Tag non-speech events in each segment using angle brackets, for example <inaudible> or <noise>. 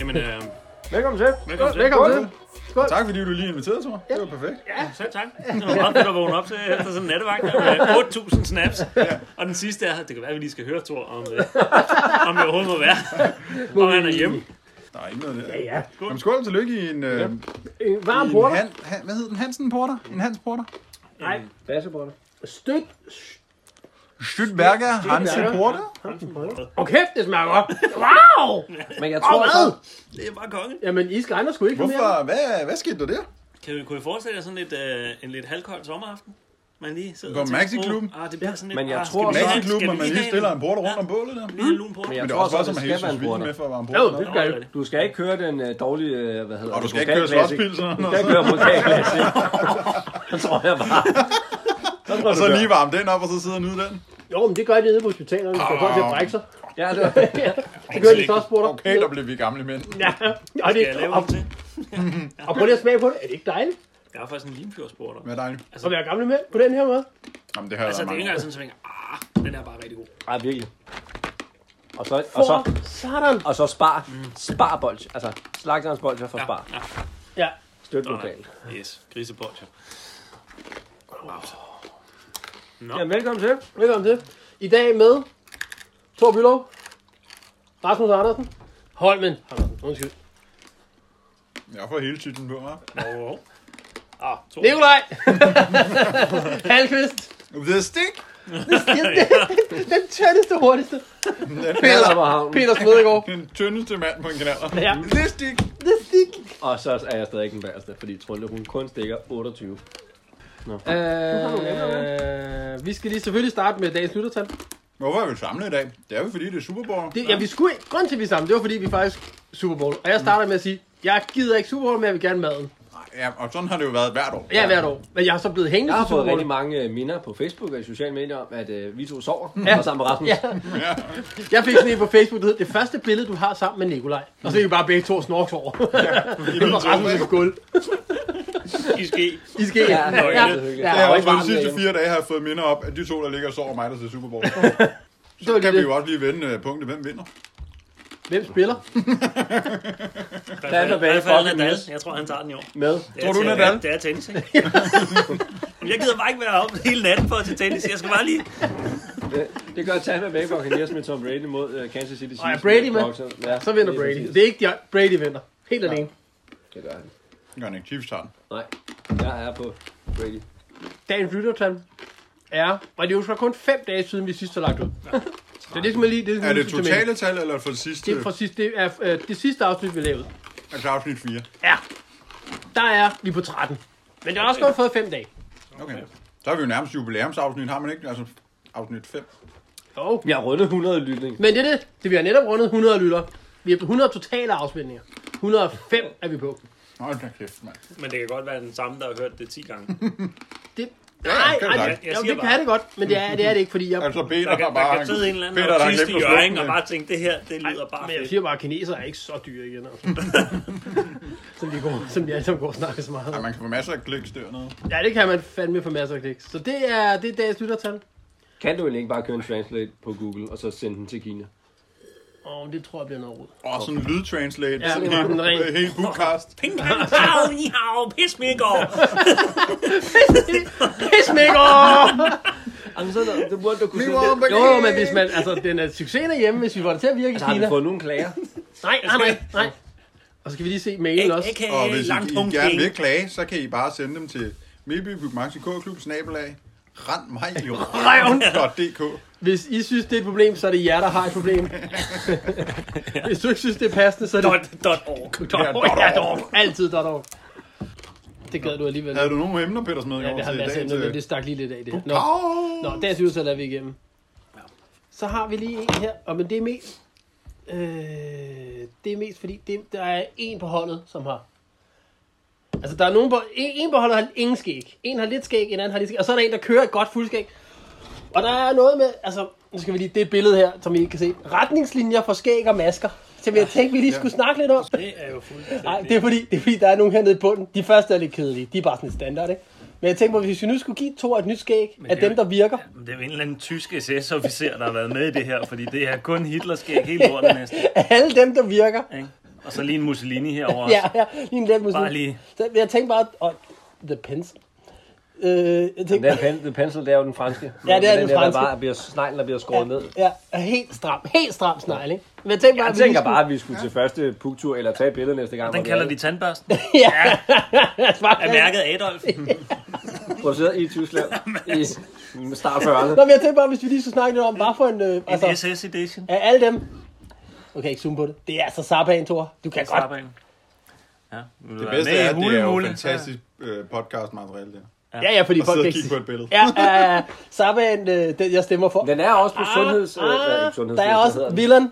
Jamen, øh, Velkommen til. Velkommen til. Velkommen til. Skål. Tak fordi du lige inviterede, Thor. Det var perfekt. selv tak. Det var meget fedt at vågne op til efter sådan en nattevagt der med 8.000 snaps. Og den sidste er, det kan være, at vi lige skal høre, Thor, om, øh, om jeg overhovedet må være. Om han er hjemme. Der er ikke noget der. Ja, ja. Jamen, skål og tillykke i en... Øh, En i varm en porter. han, han, hvad hed den? Hansen Porter? En Hans Porter? Nej, basseporter. Støt. Stütberger Hansen Porter? Og kæft, det smager godt. Wow! Men jeg Og tror, hvad? Det er bare konge. Jamen, I skal andre skulle ikke komme Hvorfor? Hvad, hvad skete der der? Kan, kunne I forestille jer sådan lidt, øh, en lidt halvkold sommeraften? Man lige sidder På og tænker, Maxiklubben? "Åh, Ah, det bliver sådan lidt, Men jeg ah, skal tror vi også- lige have- Maxi-klubben, skal og vi man lige have stiller en- en porter rundt Ja, om bålet der. Lige en lun porter. Men Men jeg det er tror også bare, også, som det at skal hæve være en svin porter. med for at varme Jo, porter. det skal jeg jo. Du skal ikke køre den øh, dårlige, øh, hvad hedder Og du skal det, ikke køre vulkanklassik. slåspil sådan Du skal ikke noget. køre <laughs> vulkanklassik. Det tror jeg bare. Så tror jeg, Og du så gør. lige varme den op, og så sidder og nyde den. Jo, men det gør de nede på hospitalerne. Der får folk til Ah, at brække sig. Ja, det var- Det gør de så også spurgte. Okay, der blev vi gamle mænd. Ja, og, Skal det, jeg lave og, en til? og prøv lige at smage på det. Er det ikke dejligt Jeg har faktisk en limfjordsporter. Hvad er dejligt? at være gamle mænd på den her måde? Jamen, det har jeg Altså, det er ikke mange. engang sådan, at jeg tænker, ah, den er bare rigtig god. Ej, virkelig. Og så, og Og så, så, sådan. og så spar, spar bolsje. Altså, slagterens bolsje for spar. ja. Ja, Støt Nå, nej. lokalt. Yes, grisebolcher. Ja, velkommen til. velkommen til. I dag med Thor Bylov, Rasmus Andersen, Holmen Andersen, undskyld. Jeg får hele titlen på mig. Og Ah, Nikolaj! <laughs> Halkvist! The Stick! Den tyndeste, hurtigste. Den Peter, Hammerhavn. Peter Smedegaard. er den tyndeste mand på en kanaler. Ja. The Stick! Det stik. Og så er jeg stadig ikke den værste, fordi Trunde, hun kun stikker 28. Øh, vi skal lige selvfølgelig starte med dagens lyttertal. Hvorfor er vi samlet i dag? Det er jo fordi, det er Super Bowl. Det, ja, vi skulle, grunden til, at vi er sammen, det var fordi, vi faktisk Super Bowl. Og jeg starter med at sige, jeg gider ikke Super Bowl, men jeg vil gerne maden. Ja, og sådan har det jo været hvert år. Ja, hvert år. Men jeg har så blevet hængende Jeg har til fået Super Bowl. rigtig mange øh, minder på Facebook og i sociale medier om, at øh, vi to sover Ja. og sammen med Rasmus. Ja. Jeg fik sådan en på Facebook, der hedder, det første billede, du har sammen med Nikolaj. Og så er vi bare begge to snorks over. I Det var Rasmus i skuld. I skal I skal ja, det er ja, hyggeligt. ja, Ja, Der er og jo ikke for de varmt sidste derhjemme. fire dage har jeg fået minder op, at de to, der ligger og sover mig, der ser <laughs> Super Bowl. det var Så kan vi det. jo også lige vende øh, punktet, hvem vinder. Hvem spiller? Rafael Rafael fucking Nadal. Nadal. Jeg tror, han tager den i år. Med. Det er Tror du, til- Nadal? Det er tennis, ikke? <laughs> Men jeg gider bare ikke være oppe hele natten for at se tennis. Jeg skal bare lige... Det gør Tampa Bay Buccaneers med Tom Brady mod øh, Kansas City Chiefs. Og er Brady med? Boxer. Ja, Så vinder lige Brady. præcis. Det er ikke de, Brady vinder. Helt alene. Det gør han. Det gør han ikke. Chiefs tager den. Nej, jeg er på Brady. Dagens lyttertal er, og det er jo så kun fem dage siden, vi sidst har lagt ud. Så det er ligesom lige... Det er, Er det ligesom- totale tal, eller for det sidste? Det er, fra sidst, det er øh, det sidste afsnit, vi lavede. Altså afsnit 4. Ja. Der er vi på 13. Men det har også kun fået 5 dage. Okay. Så har vi jo nærmest jubilæumsafsnit, har man ikke? Altså afsnit 5. Jo. Jeg har rundet 100 lytning. Men det er det. det vi har netop rundet 100 lytter. Vi er på 100 totale afspilninger. 105 er vi på. Hold da kæft, mand. Men det kan godt være den samme, der har hørt det 10 gange. Det, Ja, nej, det er nej, dig. det, Jeg jo, siger det bare. kan det godt, men det er det, er det ikke, fordi jeg... Altså Der Peter kan, har der bare... kan sidde en eller anden Peter, der har autist glemt i at slukke Jørgen og den. bare tænke, det her, det lyder bare men jeg fedt. siger bare, at kinesere er ikke så dyre igen, <laughs> altså. som, de går, som de alle sammen går og snakker så meget Ja, om. man kan få masser af kliks dernede. Ja, det kan man fandme få masser af klik. Så det er, det er dagens lyttertal. Kan du egentlig ikke bare køre en translate på Google, og så sende den til Kina? Og det tror jeg bliver noget rod. Og sådan en lydtranslate. Ja, sådan det var den helt, ren. helt bookcast. Ping, <laughs> pang, pow, ni hao, pis mig i går. Pissmækker! Jamen, så det burde du kunne Vi sende var det. oppe Jo, men igen. hvis man, altså, den er succesen er hjemme, hvis vi får det til at virke i Altså, Har vi Kina. fået nogen <laughs> klager? <laughs> Nej, nej, nej, nej. Og så skal vi lige se mailen også. A.k.a. Og hvis I, Øh, langt I punkt gerne penge. vil klage, så kan I bare sende dem til Melby Bygmaxi K-klub, snabelag, rend mig i røven.dk. Hvis I synes, det er et problem, så er det jer, der har et <laughs> problem. Hvis du ikke synes, det er passende, så er det... Dot, dot, org. Dot, Ja, org. dot Ja, org. dot. Altid dot org. Det gad du alligevel. Havde du nogle emner, Peter Smed? Ja, det øh, har masser altså øh, af men det stak lige lidt af det her. Nå, Nå, Nå dagens ydelser lader vi igennem. Så har vi lige en her, og men det er mest... Øh, det er mest, fordi det, der er en på holdet, som har... Altså, der er nogen på... En, en på holdet har ingen skæg. En har lidt skæg, en anden har lidt skæg. Og så er der en, der kører et godt fuldskæg. Og der er noget med... Altså, nu skal vi lige... Det er et billede her, som I ikke kan se. Retningslinjer for skæg og masker. Så jeg tænkte, vi lige skulle snakke lidt om. Det er jo fuldstændig. Nej, det er fordi, det er fordi, der er nogen hernede i bunden. De første er lidt kedelige. De er bare sådan et standard, ikke? Men jeg tænker på, hvis vi nu skulle give Thor et nyt skæg Men af det er dem, jo- der virker. <laughs> Det er jo en eller anden tysk SS-officer, der har været med i det her, fordi det er kun Hitlers skæg hele lortet næsten. Alle dem, der virker. Ikke? Og så lige en Mussolini herover også. Ja, ja, lige en let musik. Bare lige. Så jeg tænkte bare, og The Pencil. Øh, jeg Den tænkte, der pen, den pencil, det er jo den franske. Ja, det er den der, der franske. Bare bliver, sneglen, der bliver skåret ned. ja, ja, helt stram, helt stram snegl, ikke? Men jeg tænkte bare, Jeg at vi lige tænker skulle- bare, at vi skulle til første pugtur, eller tage et billede næste gang. Den kalder de <laughs> tandbørsten. Bare, Er mærket Adolf. Produceret i <laughs> Tyskland i altså. start 40'erne. Nå, men jeg tænkte bare, hvis vi lige skulle snakke lidt om, bare for en... Øh, altså, En SS edition. af alle dem... Nu kan jeg ikke zoome på det. Det er altså Sarban, Thor. Du kan godt. Sarbanen. Ja, vil du Det være bedste med i er, at det er jo Hulemule? fantastisk øh, podcastmateriale, det her. Ja, ja, fordi Og sidde folk kan og kigge på et billede. Ja, ja, ja. Sarban, øh, den jeg stemmer for. Den er også på sundheds... øh, ikke Ah, sundheds der er også Den Villan.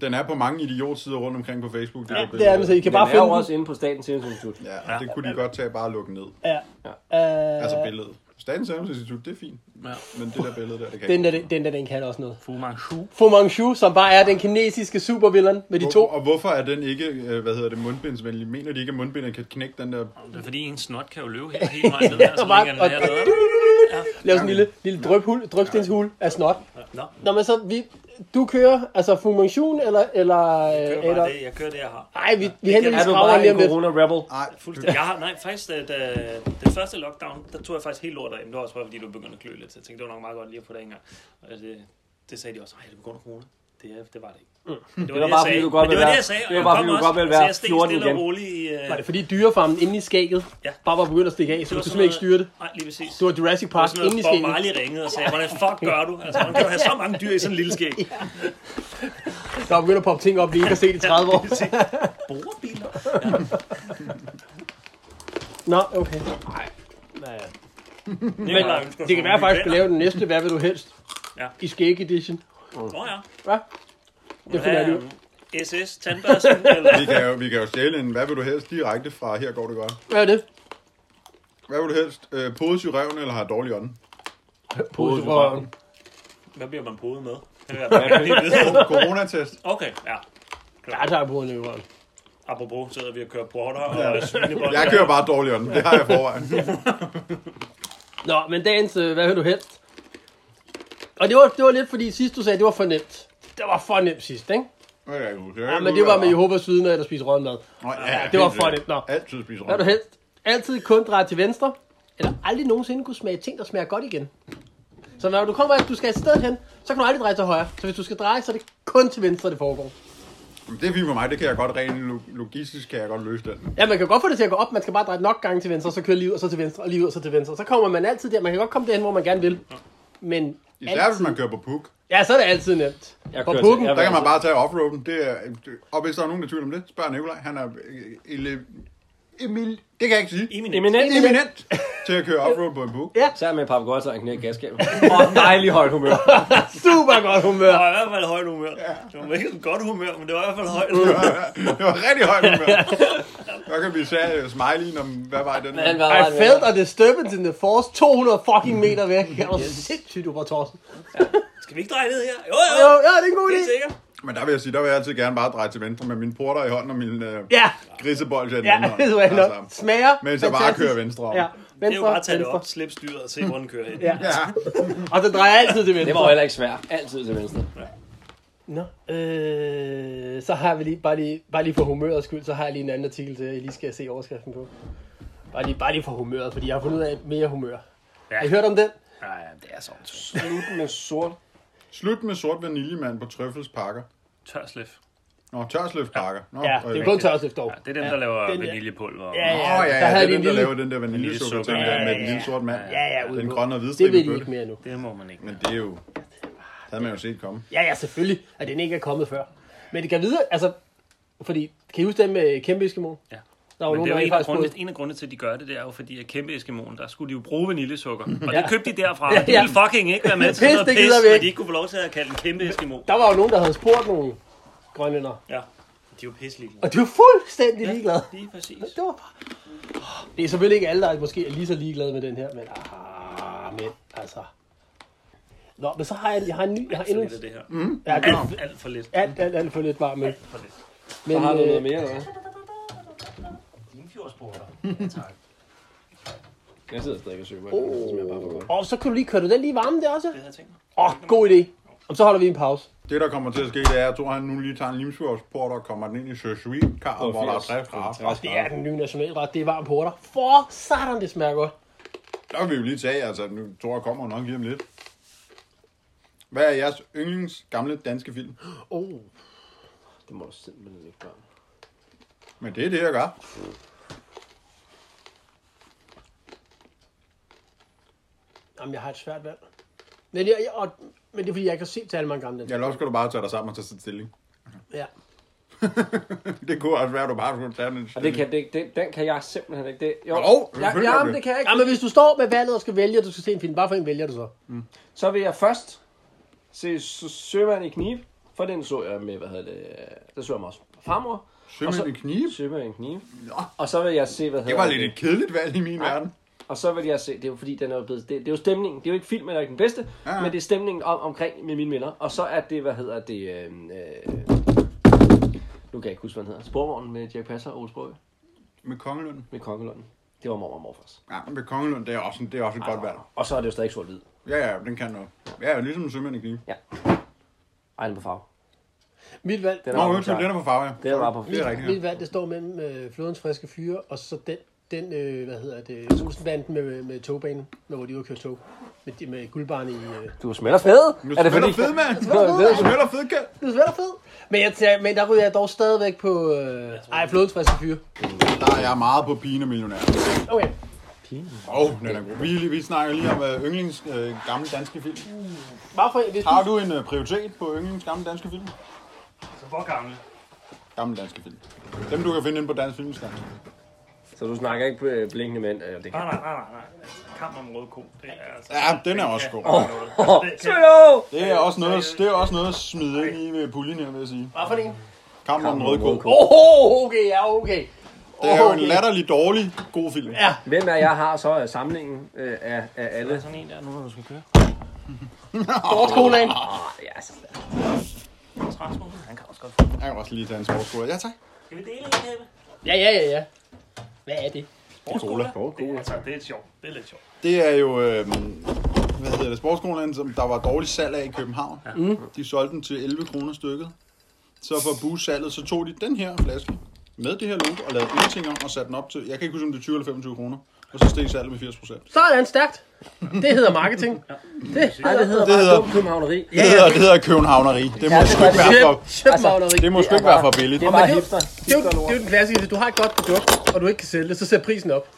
Den er på mange idiotsider rundt omkring på Facebook. Det ja, Det er den, så I kan bare er finde jo den. også inde på Statens Serum Institut. Ja, og det kunne de godt tage og bare lukke ned. Ja. Øh, Altså billedet. Statens Serum Institut, det er fint. Ja. Men det der billede der, det kan den, der, ikke. den der, den kan også noget. Fu Manchu. Fu Manchu, som bare er den kinesiske supervillan med de Hvor- to. Og hvorfor er den ikke, øh, hvad hedder det, mundbindsvenlig? Mener de ikke, at mundbinder kan knække den der... Det er fordi, en snot kan jo løbe helt, helt vejen ned <laughs> her, så ligger den og- her nede. Lav sådan en lille, lille drøbhul, drøbstenshul af snot. Nå, Nå, men så vi, du kører altså Fu Manchu eller... eller jeg øh, kører eller bare det, jeg kører det, jeg har. nej, vi, vi henter lige Er du skraveren bare lige en om lidt. corona-rebel? Ej, Fuldstændig. Jeg har, nej, faktisk, da, da, den første lockdown, der tog jeg faktisk helt lort af. Men det var også bare, fordi du begyndte at klø lidt. Så jeg tænkte, det var nok meget godt lige at få det en gang. Og det, det sagde de også, nej, det var grund af corona. Det, er- det var det ikke. Det Mm. var bare, fordi du godt Men det ville var det, være- jeg sagde. og det var jeg bare, kom fordi du også, godt ville så være jeg steg 14 stille og igen. roligt i, øh, Var det fordi dyrefarmen inde i skægget Ja. bare var begyndt at stikke af, så du kunne sådan simpelthen ikke styre det? noget- Nej, lige præcis. Det var Jurassic Det var Park sådan inde i noget, Bob skægget. Marley ringede og sagde, hvordan fuck gør du? Altså, hvordan kan du have så mange dyr i sådan en lille skæg? Der var begyndt at poppe ting op, vi ikke har set i 30 <laughs> år. Borebiler? Nå, okay. Men øh, Det kan være at faktisk, at lave den næste, hvad vil du helst? Ja. I skæg edition. Nå ja. Hva? Det finder jeg Ja, ud. ja. SS, tandbørsten, eller... vi kan jo, vi kan jo stjæle en, hvad vil du helst, direkte fra Her går det godt. Hvad er det? Hvad vil du helst, øh, podes i røven eller har dårlig <laughs> ånd? Poserøven. <laughs> Hvad bliver man podet med? Det vil jeg bare lige vide. Coronatest. Okay, ja. Ja, der er på i røven. Apropos, sidder vi og kører porter og svinebånd. Jeg kører bare dårlig ånd, det har jeg i forvejen. Nå, men dagens, øh, hvad vil du helst? Og det var, det var lidt, fordi sidst du sagde, det var for nemt. Det var for nemt sidst, ikke? Ja, men det var med Jehovas vidner, der spiste rådmad. Nå, ja, det var helt for sikkert. det. Nå. Altid spiser Hvad vil røven. du helst? Altid kun dreje til venstre, eller aldrig nogensinde kunne smage ting, der smager godt igen. Så når du kommer, at du skal et sted hen, så kan du aldrig dreje til højre. Så hvis du skal dreje, så er det kun til venstre, det foregår. Jamen, Det er fint for mig, det kan jeg godt rent lo- logistisk, kan jeg godt løse den. Ja, man kan godt få det til at gå op, man skal bare dreje nok gange til venstre, så kører lige ud, og så til venstre, og lige ud, og så til venstre. Så kommer man altid der, man kan godt komme derhen, hvor man gerne vil. Men Især hvis man kører på puk. Ja, så er det altid nemt. Jeg På kører pukken, til- jeg- Der kan man bare tage offroaden. Det er, og hvis der er nogen, der tvivler om det, spørg Nikolaj. Han er øh, ele, Emil, det kan jeg ikke sige. Eminent. Eminent. Eminent til at køre offroad på en buk. Ja. Især med en papagøj, så han knækker gasskab. Og dejlig højt humør. super godt <laughs> humør. Jeg var i hvert fald højt humør. Det var ikke et godt humør, men det var i hvert fald højt. Det var rigtig højt humør. Der kan vi sige smiley om, hvad var den her? I felt a disturbance in the force 200 fucking meter væk. Jeg var sindssygt, du var torsen. Skal vi ikke dreje ned her? Jo, Jo, jo, ja, det er en god idé. helt sikkert. Men der vil jeg sige, der vil jeg altid gerne bare dreje til venstre med min porter i hånden og min øh, Ja, grisebold i den ja, anden <laughs> hånd. det var nok. Smager. Men så Altså, bare fantastisk. kører venstre om. Ja, Det er jo venstre, bare at tage det venstre. op, slippe styret og se, hvor den kører hen. Hm. Ja. Ja. Og det drejer altid til venstre. Det var jo heller ikke svært. Altid til venstre. Nå, øh, så har vi lige, bare lige, bare lige for humørets skyld, så har jeg lige en anden artikel til, jeg lige skal se overskriften på. Bare lige, bare lige for humøret, fordi jeg har fundet ud af mere humør. Ja. Har I hørt om den? Nej, det er sådan. Slut med sort. Slut med sort vaniljemand på trøffelspakker. Tør sløf. Nå, tørsløfpakker. Nå, Ja, det er kun tørsløft dog. Ja, det er dem, der laver den der- vaniljepulver. og- Ja, Åh ja, ja, der ja, det havde er de dem, en der lille- laver den der vaniljesukker ting Vaniljesukker, der med den ja, lille sorte mand. Ja, ja, ude Den på. grønne og hvide Det vil stribe de bøtte. ikke mere nu. Det må man ikke. Men det er jo... Det havde man jo set komme. Ja, ja, selvfølgelig, at den ikke er kommet før. Men det kan videre, altså, fordi, kan I huske den med kæmpe Eskimo? Ja. Der var Men nogen, det der er jo rent en af, faktisk grundene, både... en af grundene til, at de gør det, det er jo fordi, at kæmpe Eskimoen, der skulle de jo bruge vaniljesukker. Og Ja. det købte de derfra, Ja, og de ja. ville fucking ikke være med til Pis, noget det pis, gider vi fordi ikke. de ikke kunne få lov til at kalde den kæmpe Eskimo. Der var jo nogen, der havde spurgt nogle grønlænder, Ja, de er jo pisselig. og de var fuldstændig ligeglade. Lige præcis. Det var bare... Det er selvfølgelig ikke alle, der måske er lige så ligeglade med den her, men ah, men altså... Nå, men så har jeg, jeg har en ny... Jeg har Alt for endnu en... lidt af det her. Ja, det er Alt, alt for lidt. alt, alt, alt for lidt varm øl. For lidt. Men, Så har du noget øh, mere, eller hvad? Limfjordsporter. Jeg sidder stadig og søger. Oh. Det smager bare for godt. Og så kan du lige køre den lige i varmen der også. Det havde jeg tænkt mig. Åh, oh, god idé. Og så holder vi en pause. Det, der kommer til at ske, det er, at tror, han nu lige tager en limsfjordsport og kommer den ind i sous-vide-karret, hvor der er 80. drift Rask Det er den nye nationalret. Det er varm porter. For satan, det smager godt. Der vil vi jo lige tage, altså nu tror jeg kommer nok lige om lidt. Hvad er jeres yndlings gamle danske film? Oh. Det må du simpelthen ikke gøre. Men det er det, jeg gør. Jamen, jeg har et svært valg. Men, jeg, jeg, og, men det er, fordi jeg ikke har set til alle mange gamle. Ja. Eller også skal du bare tage dig sammen og tage stilling. ja. Det kunne også være, at du bare skulle tage den Og det kan, det, det, den kan jeg simpelthen ikke. Det, Jo, jo, jeg, selvfølgelig kan jamen, du. det kan jeg ikke. Jamen, hvis du står med valget og skal vælge, at du skal se en film, hvorfor en vælger du så? Så vil jeg først se Sø- Sømand i kniv. For den så jeg med, hvad hedder det, øh, der så jeg med også farmor. Sømænd Og så- i kniv? Sømand i kniv. Nå, Og så vil jeg se, hvad det hedder var lidt et kedeligt valg i min verden. Og så vil jeg se, det er jo fordi, den er jo blevet, det, det er jo stemningen, det er jo ikke filmen, der er ikke den bedste, Ja, ja. men det er stemningen om, omkring med mine minder. Og så er det, hvad hedder det, øh, øh, nu kan jeg ikke huske, hvad den hedder, Sporvognen med Jack Passer og Ole Sprogøe Med Kongelund. med Kongelunden. Det var mor og morfars. Ja, men med Kongelund, det er også, det er også et godt valg. Og så er det jo stadig sort-hvid. Ja, ja, den kan noget. Ja, ja, ligesom Sømænd i kniv. Ej, den er på farve. Mit valg, Den Nå, på undskyld, farve. den er på farve, ja. Den er bare på Det er rigtigt. mit ja. valg, det står mellem øh, flodens friske fyre, og så den, den øh, hvad hedder det, Olsenbanden med, med togbanen, når hvor de var kørt tog. Med, de- med guldbarn i... Øh. Du smelter fed. Nu er det fordi... fed, mand! Nu smelter fed, kan. Det er svært fed. Men, jeg tager, men der ryger jeg dog stadigvæk på... Øh, ej, flodens friske fyre. Der er jeg meget på pigen og millionær. Okay. Åh, oh, den er god. Vi, vi snakker lige om øh, yndlings øh, gamle danske film. Hvorfor, hvis du... Har du en øh, prioritet på yndlings gamle danske film? Altså, Så hvor gammel? Gamle danske film. Dem, du kan finde inde på Dansk Filmstand. Så du snakker ikke øh, blinkende mænd? Øh, det Nej, kan. nej, nej, nej, nej. Altså, Kamp om rød ko. Det er altså... Ja, den er også god. Oh, det kan, Det er også noget, det er også noget at smide ind i med puljen her, vil jeg sige. Hvorfor det? Kampen om den røde ko. Åh, okay, ja, okay. Det er jo en latterlig dårlig god film. Ja. Hvem af jer har så øh, samlingen øh, af, af alle? sådan en der, nu når du skal køre. Vores colaen. Ah, ja, så. Rasmus, han kan også godt få. Jeg kan også lige tage en sportsskole. Ja, tak. Skal vi dele en kæbe? Ja, ja, ja, ja. Hvad er det? Cola. Det, er- altså, det er sjovt. Det er lidt sjovt. Det er jo, øh, hvad hedder det, sportskolaen, som der var dårlig salg af i København. Mm. De solgte den til 11 kroner stykket. Så for at booste salget, så tog de den her flaske med det her logo og lavede ingenting om og satte den op til, jeg kan ikke huske, om det er 20 eller 25 kroner. Og så steg salget med 80 procent. Sådan, stærkt. Det hedder marketing. Det Nej, det hedder Det bare hedder- dum københavneri. Det hedder, det hedder københavneri. Det må Ja, det sgu var ikke det. være for, Shipmavneri. det må sgu ikke være for billigt. Det er bare det er jo- hipster. Det er, jo, hipsterlort. det er jo den klassiske, hvis du har et godt produkt, og du ikke kan sælge det, så sæt prisen op.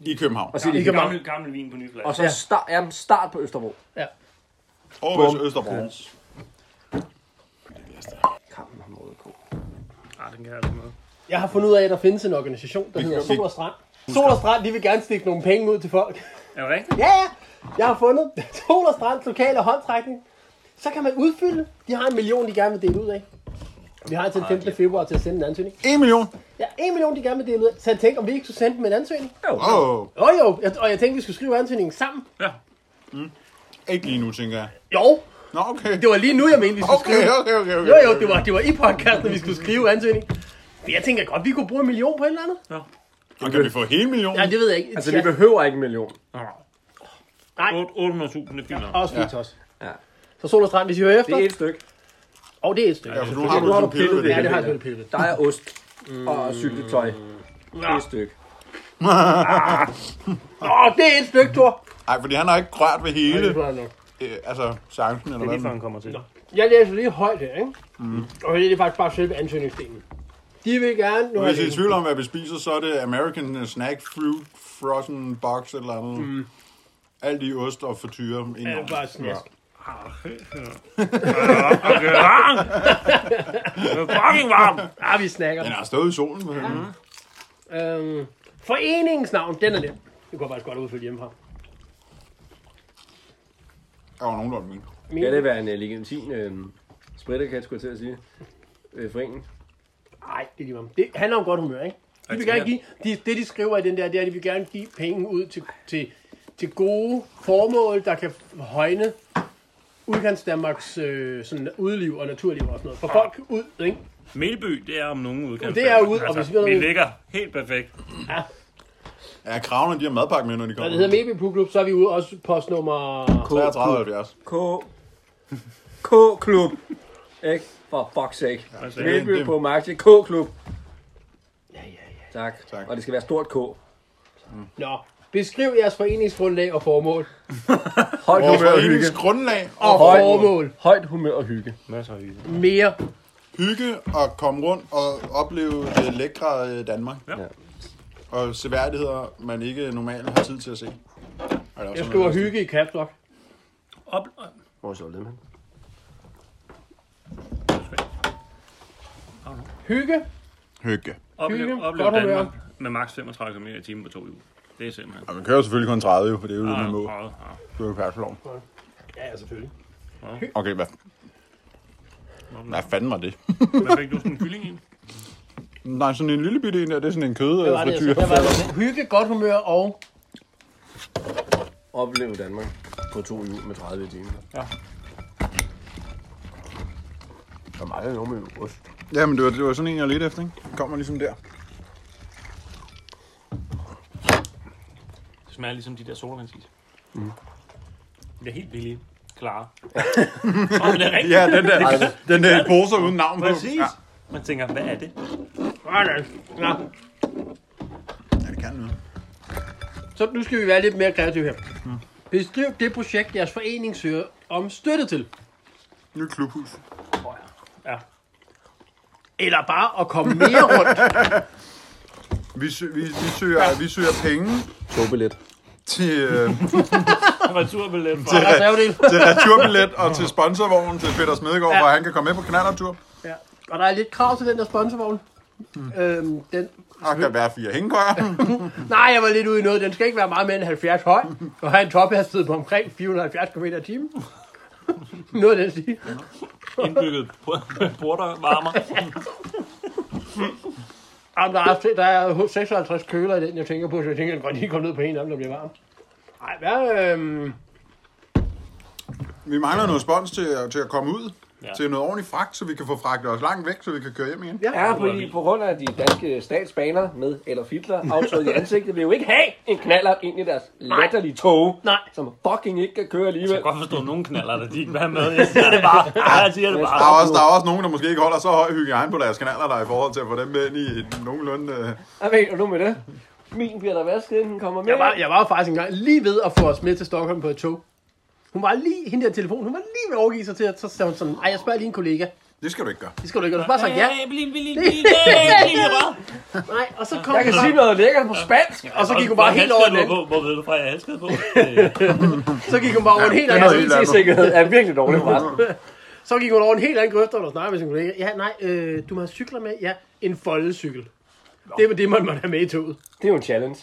I København. Og så er det Ikke hipster. Gammel, gammel vin på ny flaske. Og så Ja. start, ja, start på Østerbro. Ja. Og Østerbro. Kampen om Røde Ko. Ah, den kan jeg altså noget. Jeg har fundet ud af, at der findes en organisation, der hedder kan- vi- Sol og Strand. Sol og Strand, de vil gerne stikke nogle penge ud til folk. <laughs> Er det rigtigt? Ja, ja. Jeg har fundet <laughs> Sol og Strands lokale håndtrækning. Så kan man udfylde. De har en million, de gerne vil dele ud af. Vi har Ah, til 15. februar til at sende en ansøgning. En million. Ja, en million, de gerne vil dele ud af. Så jeg tænkte, om vi ikke skulle sende dem en ansøgning. Åh, oh, Jo, jo. Jeg- Og jeg tænkte, vi skulle skrive ansøgningen sammen. ikke lige nu, tænker jeg. Jo, Nå, okay. det var lige nu, jeg mente, vi skulle Okay, skrive. okay, okay. okay. Jo, jo, det var, det var i podcasten, at vi skulle skrive ansøgning. Men jeg tænker godt, vi kunne bruge en million på et eller andet. Og kan vi få hele millionen? Ja, det ved jeg ikke. Altså, vi behøver ikke en million. Nej, 800.000 er fint. nok. også fint også. Ja. Så Sol og Strand, hvis I hører Det er efter. et stykke. Og det er et stykke. Ja, for nu har Nu du har sådan du pillet ved pillet det. Ja, det har jeg selvfølgelig pillet ved. Der er ost og syltetøj. Det er et stykke. Åh, det er et stykke, Thor. Nej, fordi han har ikke rørt ved hele, tror jeg nok. øh, altså, chancen eller Det er lige før hvad. han kommer til. Jeg læser lige højt her, ikke? Mm. Og det er faktisk bare selve ansøgningsdelen. De vil gerne... Nu har Hvis I jeg er i tvivl om, hvad vi spiser, så er det American øh, Snack Fruit Frozen Box eller andet. Mm. Alt i ost og frityre. det er indenom. bare snask. Det er fucking varmt. Ah, vi snakker. Den har stået i solen. Ja. Øhm, foreningens navn, den er nem. Det kunne jeg faktisk godt udfylde hjemmefra. Der var nogen, der var min. Min, Ja, det være en uh, legitim uh, spritterkat, skulle jeg til at sige. Øh, foreningen. Nej, det er lige meget. Det handler om godt humør, ikke? De vil gerne give, de, det, de skriver i den der, det er, at de vil gerne give penge ud til, til, til gode formål, der kan højne udkants Danmarks øh, sådan udliv og naturliv og sådan noget. For folk ud, ikke? Melby, det er om nogen udkant. Altså, Det er ude, og hvis vi- vi ligger helt perfekt. Ja, kravene, de har madpakke med, når de Når kommer. det hedder Mebi Pugklub, så er vi ude også postnummer... 33 70. K. K-klub. Ikke? For fuck's sake. Ja, altså, det, Melby det, på Maxi. K-klub. Ja, ja, ja. Tak. Tak. Og det skal være stort K. Nå, beskriv jeres foreningsgrundlag og formål. Højt vores humør og hygge. foreningens grundlag og Høj. Formål. Højt humør og hygge. Masser af hygge. Mere. hygge og komme rundt og opleve det lækre øh, Danmark. Ja. Ja. Og seværdigheder, man ikke normalt har tid til at se. Er der også Jeg noget? skriver hygge i caps lock. Op, Hvor så dem hen? Hygge. Hygge. oplev, Hygge, oplev godt humør. Danmark med maks 35 km i timen på to hjul. Det er simpelthen... Og man kører selvfølgelig kun 30, jo, for det er jo det, man må. Ah, ah, ah. Det er jo færdsloven. Ja, ja, selvfølgelig. Okay, hvad, hvad fanden var det? <laughs> Hvad fik du sådan en kylling i? Nej, sådan en lille bitte en der, det er sådan en kød Hvad var det, jeg sagde? Hvad var det? Hygge, godt humør og... Opleve Danmark på to hjul med 30 timer. Ja. Der mangler noget med ost. Jamen, det var, det var sådan en, jeg ledte efter, ikke? Den kommer ligesom der. Det smager ligesom de der solvandsis. Mm. Det er helt billige. <laughs> Klare. Og det er rigtigt. Ja, den <laughs> der, Altså, den der pose uden navn på. Præcis. Ja, Man tænker, hvad er det? Sådan. Nå, Ja, det kan noget. så nu skal vi være lidt mere kreative her. Beskriv det projekt, jeres forening søger om støtte til. Nyt klubhus. Eller bare at komme mere rundt. Vi, sø, vi, vi, søger, vi søger penge Togbillet. til, øh, Returbillet fra... Og reservedel. til returbillet og til sponsorvognen til Peter Smedegaard, ja. hvor han kan komme med på knallertur. Ja. Og der er lidt krav til den der sponsorvogn. Mm. Øhm, den... Og kan være fire hængekøjer. Nej, jeg var lidt ude i noget. Den skal ikke være meget mere end 70 høj. Og have en tophastighed på omkring 470 km i timen. <laughs> Noget af den stil. Indbygget porter varmer. Jamen, der er, der er 56 køler i den, jeg tænker på, så jeg tænker, at jeg kan godt lige komme ned på en af dem, der bliver varm. Nej, hvad... Øhm, Vi mangler noget spons til, at- til at komme ud. Ja. Ja. Til noget ordentligt fragt, så vi kan få fragtet os langt væk, så vi kan køre hjem igen. Ja, fordi på grund af de danske statsbaner med eller fitler aftryk i ansigtet, vil jo ikke have en knaller ind i deres latterlige tog, Nej. som fucking ikke kan køre Jeg alligevel. kan godt forstå, at nogen knaller der de ikke vil have med. Jeg siger det bare. Ja, jeg siger det Der er, bare. også, der er også nogen, der måske ikke holder så høj hygiejne på deres kanaler, der er i forhold til at få dem med ind i et nogenlunde... Øh, Hvad mener du med det? Min bliver der vasket, inden den kommer med. jeg, var, jeg var jo faktisk engang lige ved at få os med til Stockholm på et tog. Hun var lige, hende der telefon, hun var lige ved at overgive sig til, at så sagde hun sådan, ej, jeg spørger lige en kollega. det skal du ikke gøre. Det skal du ikke, gøre." du bare sagde ja. Evelyn, Evelyn, Evelyn, <laughs> Nej, og så kom jeg kan sige noget lækkert på spansk. og så gik hun bare helt over den anden. på. Hvor ved du fra, jeg <laughs> er halskede på? Øh, Så gik hun bare over en helt det er anden. noget helt andet. IT-sikkerhed er virkelig dårlig for resten. Så gik hun over en helt anden grøft, og snakkede med sin kollega. Ja, nej, øh, du må have cykler med. Ja, en foldecykel. Det var det, man måtte have med i toget. Det er jo en challenge.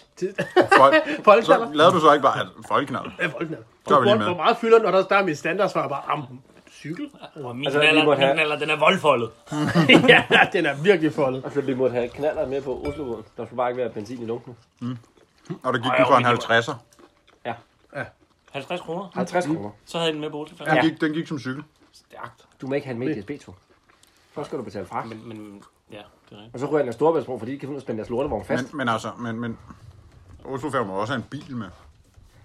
Folk, <laughs> så Folkeknaller. lavede du så ikke bare et folkeknaller. Ja, folkeknaller. Så er vi lige Hvor med. meget fylder den, og der, der er mit standardsvar bare, <laughs> am, cykel? og Min Altså, vi knaller, måtte have- min knaller, den er voldfoldet. ja, den er virkelig foldet. Altså, vi måtte have knaller med på Oslobåden. Der skulle bare ikke være benzin i lunken. Og der gik den for en Ej, 50'er. 50 kroner. 50 kroner. Så havde jeg den med på Olsen. Den Ja. gik, den gik som cykel. Stærkt. Du må ikke have en med i DSB-tog. Så skal du betale fragt. Men, men ja, det er rigtigt. Og så ryger jeg den af Storebæltsbro, fordi de kan finde ud af at spænde deres lortevogn fast. Men, men altså, men, men Oslofærgen må også have en bil med.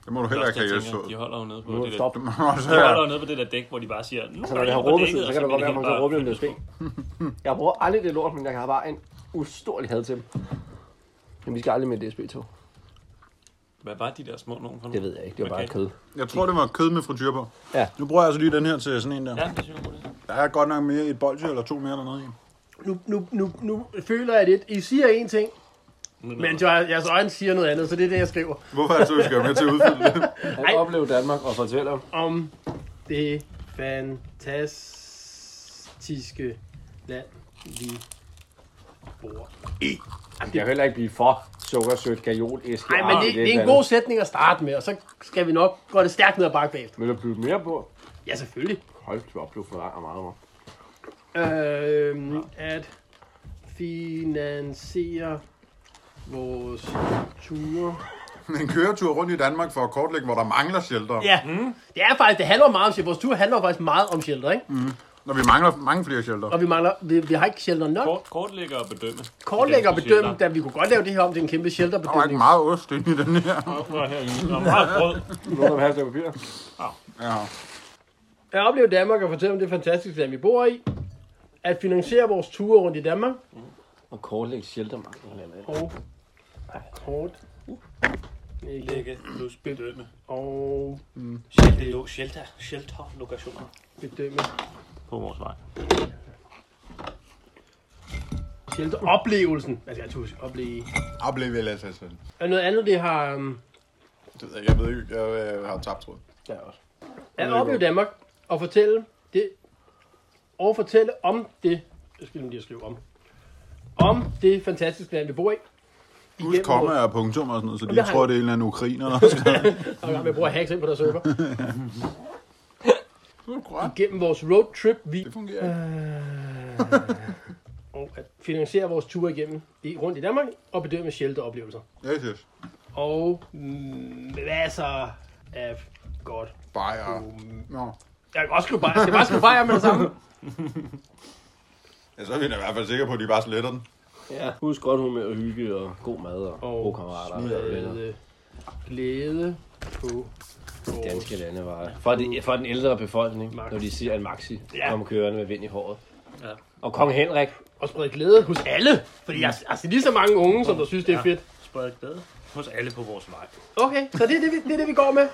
Det må du heller ikke Jeg have i tænker, Østtoget. De holder jo nede på Nu det der. stop. Du <laughs> må også De holder jo have... nede på det der dæk, hvor de bare siger, nu Så er når det jeg har på råbet, dækket, så, så kan og det godt bliver være, at man helt så råbe bare- en USB. <laughs> Jeg bruger aldrig det lort, men jeg har bare en ustorlig had til dem. Men vi skal aldrig med DSB-tog. Hvad var de der små nogen for nu? Det ved jeg ikke. Det var bare Okay. kød. Jeg tror, det var kød med frityr på. Ja. Nu bruger jeg altså lige den her til sådan en der. Ja, det synes jeg godt. Der er godt nok mere i et bolsje eller to mere dernede i. Nu, nu, nu, nu føler jeg lidt, I siger en ting, men jo, jeres øjne siger noget andet, så det er det, jeg skriver. Hvorfor er det så, vi skal være med til at udfylde det? Han oplever Danmark og fortæller om. Om det fantastiske land, vi bor. Jeg kan heller ikke blive for sukkersødt gajol æske. Nej, men det, det, er en god sætning at starte med, og så skal vi nok gå det stærkt ned ad bakke bagefter. Vil der blive mere på? Ja, selvfølgelig. Hold du op, du forlanger meget mig. Øhm, at finansiere vores ture. <laughs> En køretur rundt i Danmark for at kortlægge, hvor der mangler shelter. Ja, mm. det er faktisk, det handler meget om shelter. Vores tur handler faktisk meget om shelter, ikke? Mm. Når vi mangler mange flere shelter. Og vi mangler, vi, vi har ikke shelter nok. Kort, kortlægger og bedømme. Kortlægger og Det er bedømme, shelter. da vi kunne godt lave det her om, det er en kæmpe Der var shelterbedømning. ikke meget ost inde i den her. Der er her i- der er meget brød. Nogen har haft papir. Ja. At opleve Danmark og fortælle om det fantastiske land, vi bor i. At finansiere vores ture rundt i Danmark. Og kortlægge sheltermangel. eller- eller- Og kort. Lægge. Lægge plus bedømme. Og Shelter, lo- shelter, shelter lokationer bedømme. På vores vej. Shelteroplevelsen. Hvad skal jeg tuske? Opleve. Opleve vel altså. Og noget andet, det har... Um, Det ved jeg, ikke. jeg ved ikke, jeg øh, har tabt tråd. Ja, også. at opleve Danmark og fortælle det... Og fortælle om det... Jeg skal lige skrive om. Om det fantastiske land, vi bor i. Husk komma og punktum og sådan noget, så de det har tror, jeg. det er en eller anden ukrainer. der skal- <laughs> Og jeg bruger hacks ind på deres server. Grøn. Gennem vores roadtrip, vi Det fungerer ikke. og at finansiere vores ture igennem i, rundt i Danmark og bedømme shelteroplevelser. Yes, yes. Og mm, masser af godt. Bajer. Nå. Jeg kan også skrive bajer. Skal jeg bare skrive bajer med det samme? Ja, så er vi da i hvert fald sikre på, at de bare sletter den. Ja. Husk godt humør og hygge og god mad og, Og <laughs> gode kammerater. og venner. Med glæde på vores... Danske landeveje. For, de, for den ældre befolkning, Maxi. når de siger, at Maxi Ja. kommer kørende med vind i håret. Ja. Og kong Henrik. Og sprede glæde hos alle. Fordi jeg har set lige så mange unge, som der synes, det er fedt. Spredt glæde hos alle på vores vej. Okay, så det er det, vi, det, er det, vi går med.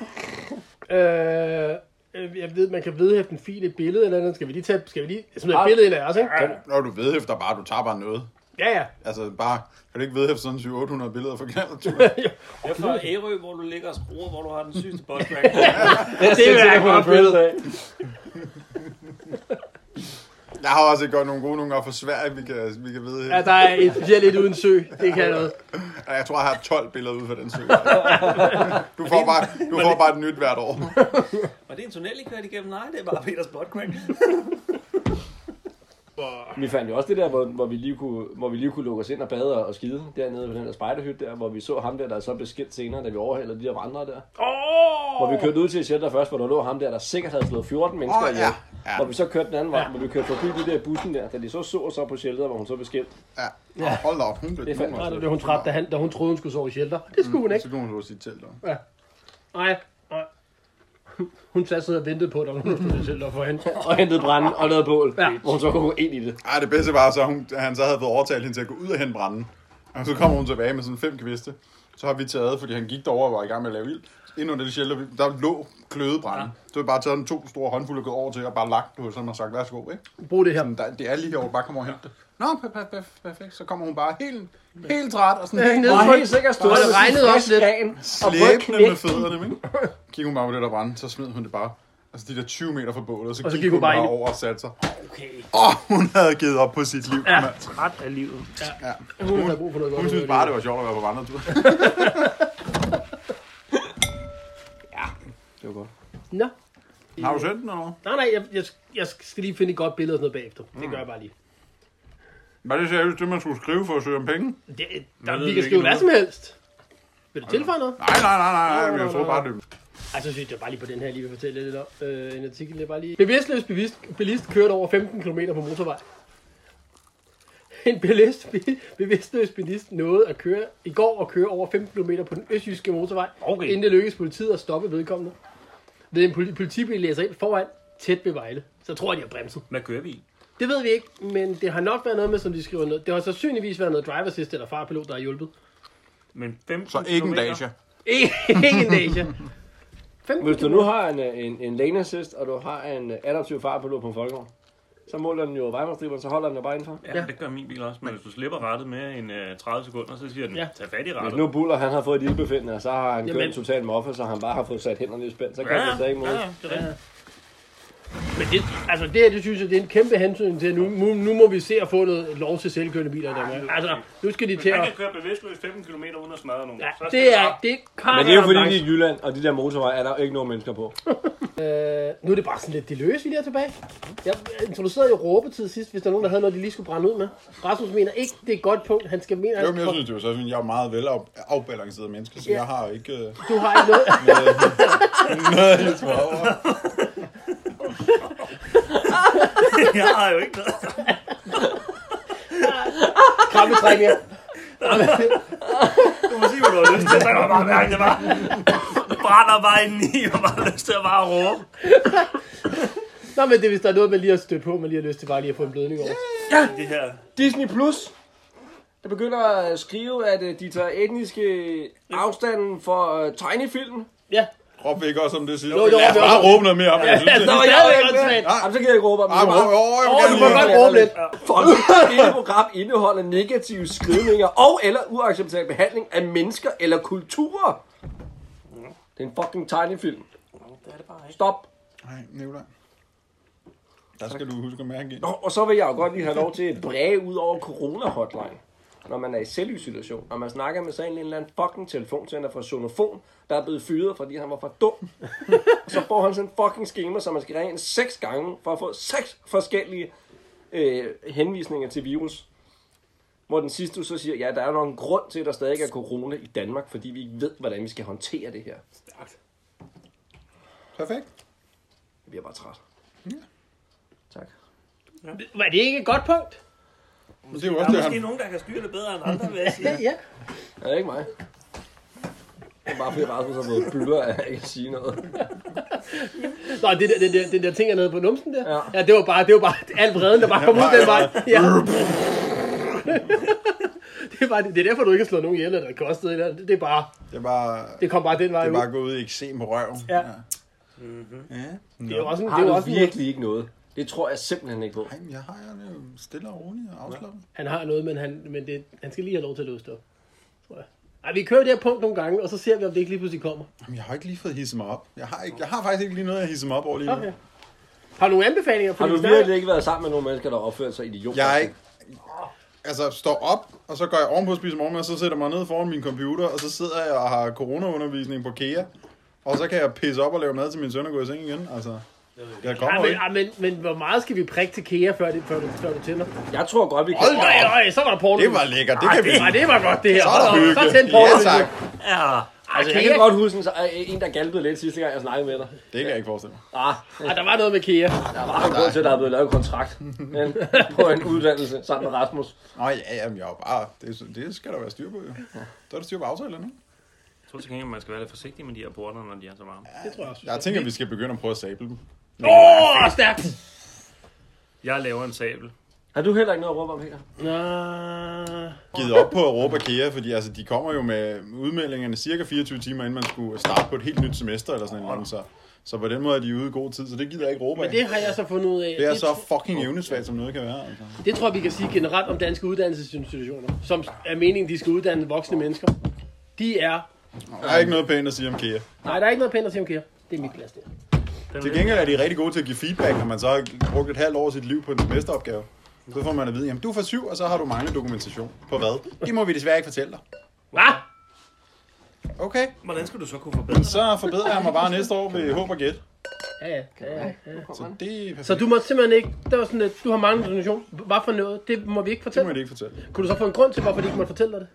Øh, øh, jeg ved, man kan vedhæfte en fil et billede eller andet. Skal vi lige tage, skal vi lige smide et Ah. billede ind af os, ikke? Når du vedhæfter bare, du tager bare noget. Ja, ja. Altså bare, kan du ikke vedhæfte sådan 700-800 billeder fra <laughs> kærlighed? Jeg er fra Ærø, hvor du ligger og skruer, hvor du har den sygeste <laughs> boldback. <laughs> Det vil jeg godt billede Jeg har også godt nogle gode nogle gange fra Sverige, vi kan, vi kan vedhæfte. Ja, der er et specielt lidt uden sø. Det kan noget. Og Jeg tror, jeg har 12 billeder ud fra den <laughs> sø. Du får bare, du får bare et nyt hvert år. Var det en tunnel, I kørte igennem? Nej, det er bare <laughs> Peters boldback. Vi fandt jo også det der, hvor, hvor, vi lige kunne, hvor vi lige kunne lukke os ind og bade og skide dernede på den der spejderhytte der, hvor vi så ham der, der så blev skilt senere, da vi overhalede de der vandrere der. Åh! Hvor vi kørte ud til et shelter først, hvor der lå ham der, der sikkert havde slået 14 mennesker Åh, ihjel. ja, ja. Hvor vi så kørte den anden vej, hvor vi kørte forbi de der bussen der, da de så så og så på shelteret, hvor hun så blev skilt. <laughs> Ja. Og hold da op, hun blev Det er fandme Nej, der også blev hun træt, da, han, da hun troede, hun skulle sove i shelter. Det skulle hun Så ikke. kunne hun låse sit telt op. Nej, nej. Hun satte sig ned og ventede på, at der var nogen, der stod i shelter for hende. Og hentede brænde og lavede bål, Ja. ja. hvor hun så kunne gå ind i det. Ej, det bedste var, så hun, at han så havde fået overtalt hende til at gå ud og hente branden. Og så kommer hun tilbage med sådan fem kviste. Så har vi taget, fordi han gik derover og var i gang med at lave ild. Ind under det shelter, der lå klødebrænde. Ja. Så har vi bare taget en to store håndfulde og gået over til og bare lagt det hos ham og sagt, værsgo, ikke? Brug det her. Jamen, der, det er lige herovre, bare kom over og hente det. Nå, per- per- per- perfekt. Så kommer hun bare helt, helt træt og sådan Ned Og på- helt sikkert stod Og der det regnede også lidt. og slæbende knæk. med fødderne, ikke? Kigger hun bare på det, der brændte, så smed hun det bare. Altså de der 20 meter fra bålet, og så, Og så gik hun bare ind i- over og satte sig. Okay. Åh, oh, hun havde givet op på sit liv. Ja. Ret af livet. Hun havde brug for noget godt. Hun synes bare, det var sjovt at være på vandretur. <laughs> Det var godt. Nå. Har du sendt den eller noget? Nej, nej, jeg, jeg, jeg skal lige finde et godt billede og sådan noget bagefter. Det gør jeg bare lige. Var det seriøst det, man skulle skrive for at søge om penge? Det, der, ved vi vi kan ikke skrive hvad noget. som helst. Vil du tilføje noget? Nej, nej, nej, nej, nej, Nå, men jeg nå, troede nå, bare, det Ej, så synes jeg bare lige på den her, lige vil fortælle lidt om øh, en artikel. Jeg bare lige... Bevidstløs bevidst, bilist kørte over 15 km på motorvej. En bilist, be, bevidstløs bilist nåede at køre i går at køre over 15 km på den østjyske motorvej, Okay. inden det lykkedes politiet at stoppe vedkommende. Ved en politi- politibil læser ind foran, tæt ved Vejle. Så tror jeg, de har bremset. Hvad kører vi i? Det ved vi ikke, men det har nok været noget med, som de skriver noget. Det har sandsynligvis været noget driver assist eller farpilot, der har hjulpet. Men 15 Så ikke en kilometer? Dacia. <laughs> Ikke en Asia. 15 Hvis du nu har en, øh, en, en lane assist, og du har en øh, adaptiv farpilot på en folkevogn, så måler den jo vejmålstriberne, så holder den jo bare indenfor. Ja, det gør min bil også, men hvis du slipper rettet mere end øh, 30 sekunder, så siger den, Ja. ja. tag fat i Hvis rettet. nu Buller han har fået et ildbefindende, og så har han Jamen. kørt en total moffe, så han bare har fået sat hænderne i spænd, så kan ja, han stadig ja, mod. ja, det er rigtigt. Men det, altså det her, det synes jeg, det er en kæmpe hensyn til, at nu, nu, nu må vi se at få noget lov til selvkørende biler i Danmark. Altså, nu skal de til Han at... kan køre bevidstløst 15 km uden at smadre nogen. Ja, Så skal det der er, det kan Men det er jo fordi, vi er i Jylland, og de der motorveje er der jo ikke nogen mennesker på. Øh, nu er det bare sådan lidt det løse, vi lige er tilbage. Jeg introducerede jo råbetid sidst, hvis der er nogen, der havde noget, de lige skulle brænde ud med. Rasmus mener ikke, det er et godt punkt. Han skal mene, Jo, men jeg at synes, det var så sådan, jeg er meget vel af- afbalanceret menneske, så jeg har ikke øh, du har ikke <laughs> noget. noget, jeg tror over. <laughs> Jeg har jo ikke noget. Kram i træk mere. Du må sige, hvad du har lyst til. Så kan man bare mærke, det bare brænder bare ind i, og bare har lyst til at bare råbe. Nå, men det er, hvis der er noget, man lige har stødt på, man lige har lyst til bare lige at få en blødning over. Det her. Disney Plus, der begynder at skrive, at øh, de tager etniske afstanden for øh, tegnefilm. Ja. Råb vi ikke også om det sidste? Jo, jo, Lad råb os vi bare også. råbe noget mere om det. Jeg synes, Nå, det- jeg er Altså, ikke åndssvagt. med. Jamen, så gider jeg ikke råbe om det. Ah, råb, åh, jeg vil Åh, gerne du må lige- godt råbe lidt. For dette program indeholder negative skrivninger og eller uacceptabel behandling af mennesker eller kulturer. Det er en fucking tegnefilm. Det er det bare ikke. Stop. Nej, Nicolaj. Der skal du huske at mærke ind. Nå, og så vil jeg jo godt lige have lov til at bræge ud over corona-hotline. Når man er i selvlysituation, når man snakker med sådan en eller anden fucking telefoncenter fra Sonofon, der er blevet fyret, fordi han var for dum. og så får han sådan en fucking schema, som man skal ringe ind seks gange, for at få seks forskellige øh, henvisninger til virus. Hvor den sidste så siger, ja, der er nok en grund til, at der stadig er corona i Danmark, fordi vi ikke ved, hvordan vi skal håndtere det her. Perfekt. Jeg bliver bare træt. Tak. Var det ikke et godt punkt? Men det er jo Der også det, er han... måske nogen, der kan styre det bedre end andre, vil jeg sige. Ja. Ja, det er ikke mig. Det er bare fordi Rasmus har fået bylder af at ikke sige noget. Nå, det der, det, der, det der ting er nede på numsen der. Ja. Ja. ja, det var bare, det var bare alt vreden, der bare kom ud den vej. Ja. <laughs> Det er, bare, det, det er derfor, du ikke har slået nogen ihjel, eller det kostede. eller- Det, det, er bare, Det er bare... det kom bare den vej Det ud. er bare gået ud i eksem på røven. Ja. Ja. Det er jo også en, det Har er jo du også en, virkelig ikke noget? Det tror jeg simpelthen ikke på. Nej, men jeg har jeg det jo stille og roligt og afslappet. han har noget, men, han, men det, han skal lige have lov til at løse det op, tror jeg. Ej, vi kører det her punkt nogle gange, og så ser vi, om det ikke lige pludselig kommer. Jamen, jeg har ikke lige fået hisset mig op. Jeg har, ikke, jeg har faktisk ikke lige noget at hisse mig op over lige nu. Okay. Har du nogle anbefalinger? Har Fordi du vi snakker- virkelig ikke været sammen med nogle mennesker, der opfører sig idiotisk? Jeg er ikke... Altså, står op, og så går jeg ovenpå og spiser morgenmad, og så sætter jeg mig ned foran min computer, og så sidder jeg og har coronaundervisning på KEA, og så kan jeg pisse op og lave mad til min søn og gå i seng igen. Altså, jeg Ej, kommer men, ikke. ej, men, men, hvor meget skal vi prikke til Kea, før, det, før, du, før du tænder? Jeg tror godt, vi Hold kan. da Øj, op. øj, så var der porno. Det var lækkert. Det kan vi... Ej, det var godt det her. Så er der Hold da op, Så tænd hygge. porno. Ja, tak. Ja. Altså, jeg kan godt huske en, en, der galpede lidt sidste gang, jeg snakkede med dig. Det kan jeg ikke forestille mig. Ah, Ej, der var noget med Kea. der var en grund til, at der er blevet lavet en kontrakt men, på en uddannelse sammen med Rasmus. Nå ja, jamen, jeg er jo bare... Det, det skal der være styr på, jo. Så er der styr på aftalerne, ikke? Jeg tror til gengæld, man skal være lidt forsigtig med de her porter, når de er så varme. Det tror jeg også. Jeg tænker, vi skal begynde at prøve at sable dem. Åh, oh, stærkt! Jeg laver en sabel. Har du heller ikke noget at råbe om, Peter? Nå. givet op på at råbe af KEA, fordi altså, de kommer jo med udmeldingerne cirka 24 timer, inden man skulle starte på et helt nyt semester eller sådan noget. Så, så på den måde er de ude i god tid, så det gider jeg ikke råbe af. Men det har jeg så fundet ud af. det er så fucking evnesvagt, som noget kan være. Altså. det tror jeg, vi kan sige generelt om danske uddannelsesinstitutioner, som er meningen, de skal uddanne voksne mennesker. De er... Der er ikke noget pænt at sige om KEA. Nej, der er ikke noget pænt at sige om Kea. Det er mit plads der. Den Til gengæld er de rigtig gode til at give feedback, når man så har brugt et halvt år af sit liv på en semesteropgave. Så får man at vide, jamen du er for syv, og så har du manglet dokumentation. På hvad? Det må vi desværre ikke fortælle dig. Hvad? Okay, Hvordan skal du så kunne forbedre dig? så forbedrer jeg mig bare næste år ved håb og gæt. Ja, ja, ja, ja. Så det er perfekt. Så du må simpelthen ikke... Det var sådan, at du har manglet donation. Hvad for noget? Det må vi ikke Det fortælle. må de ikke fortælle. Kunne du så få en grund til, hvorfor de ikke måtte fortælle dig det?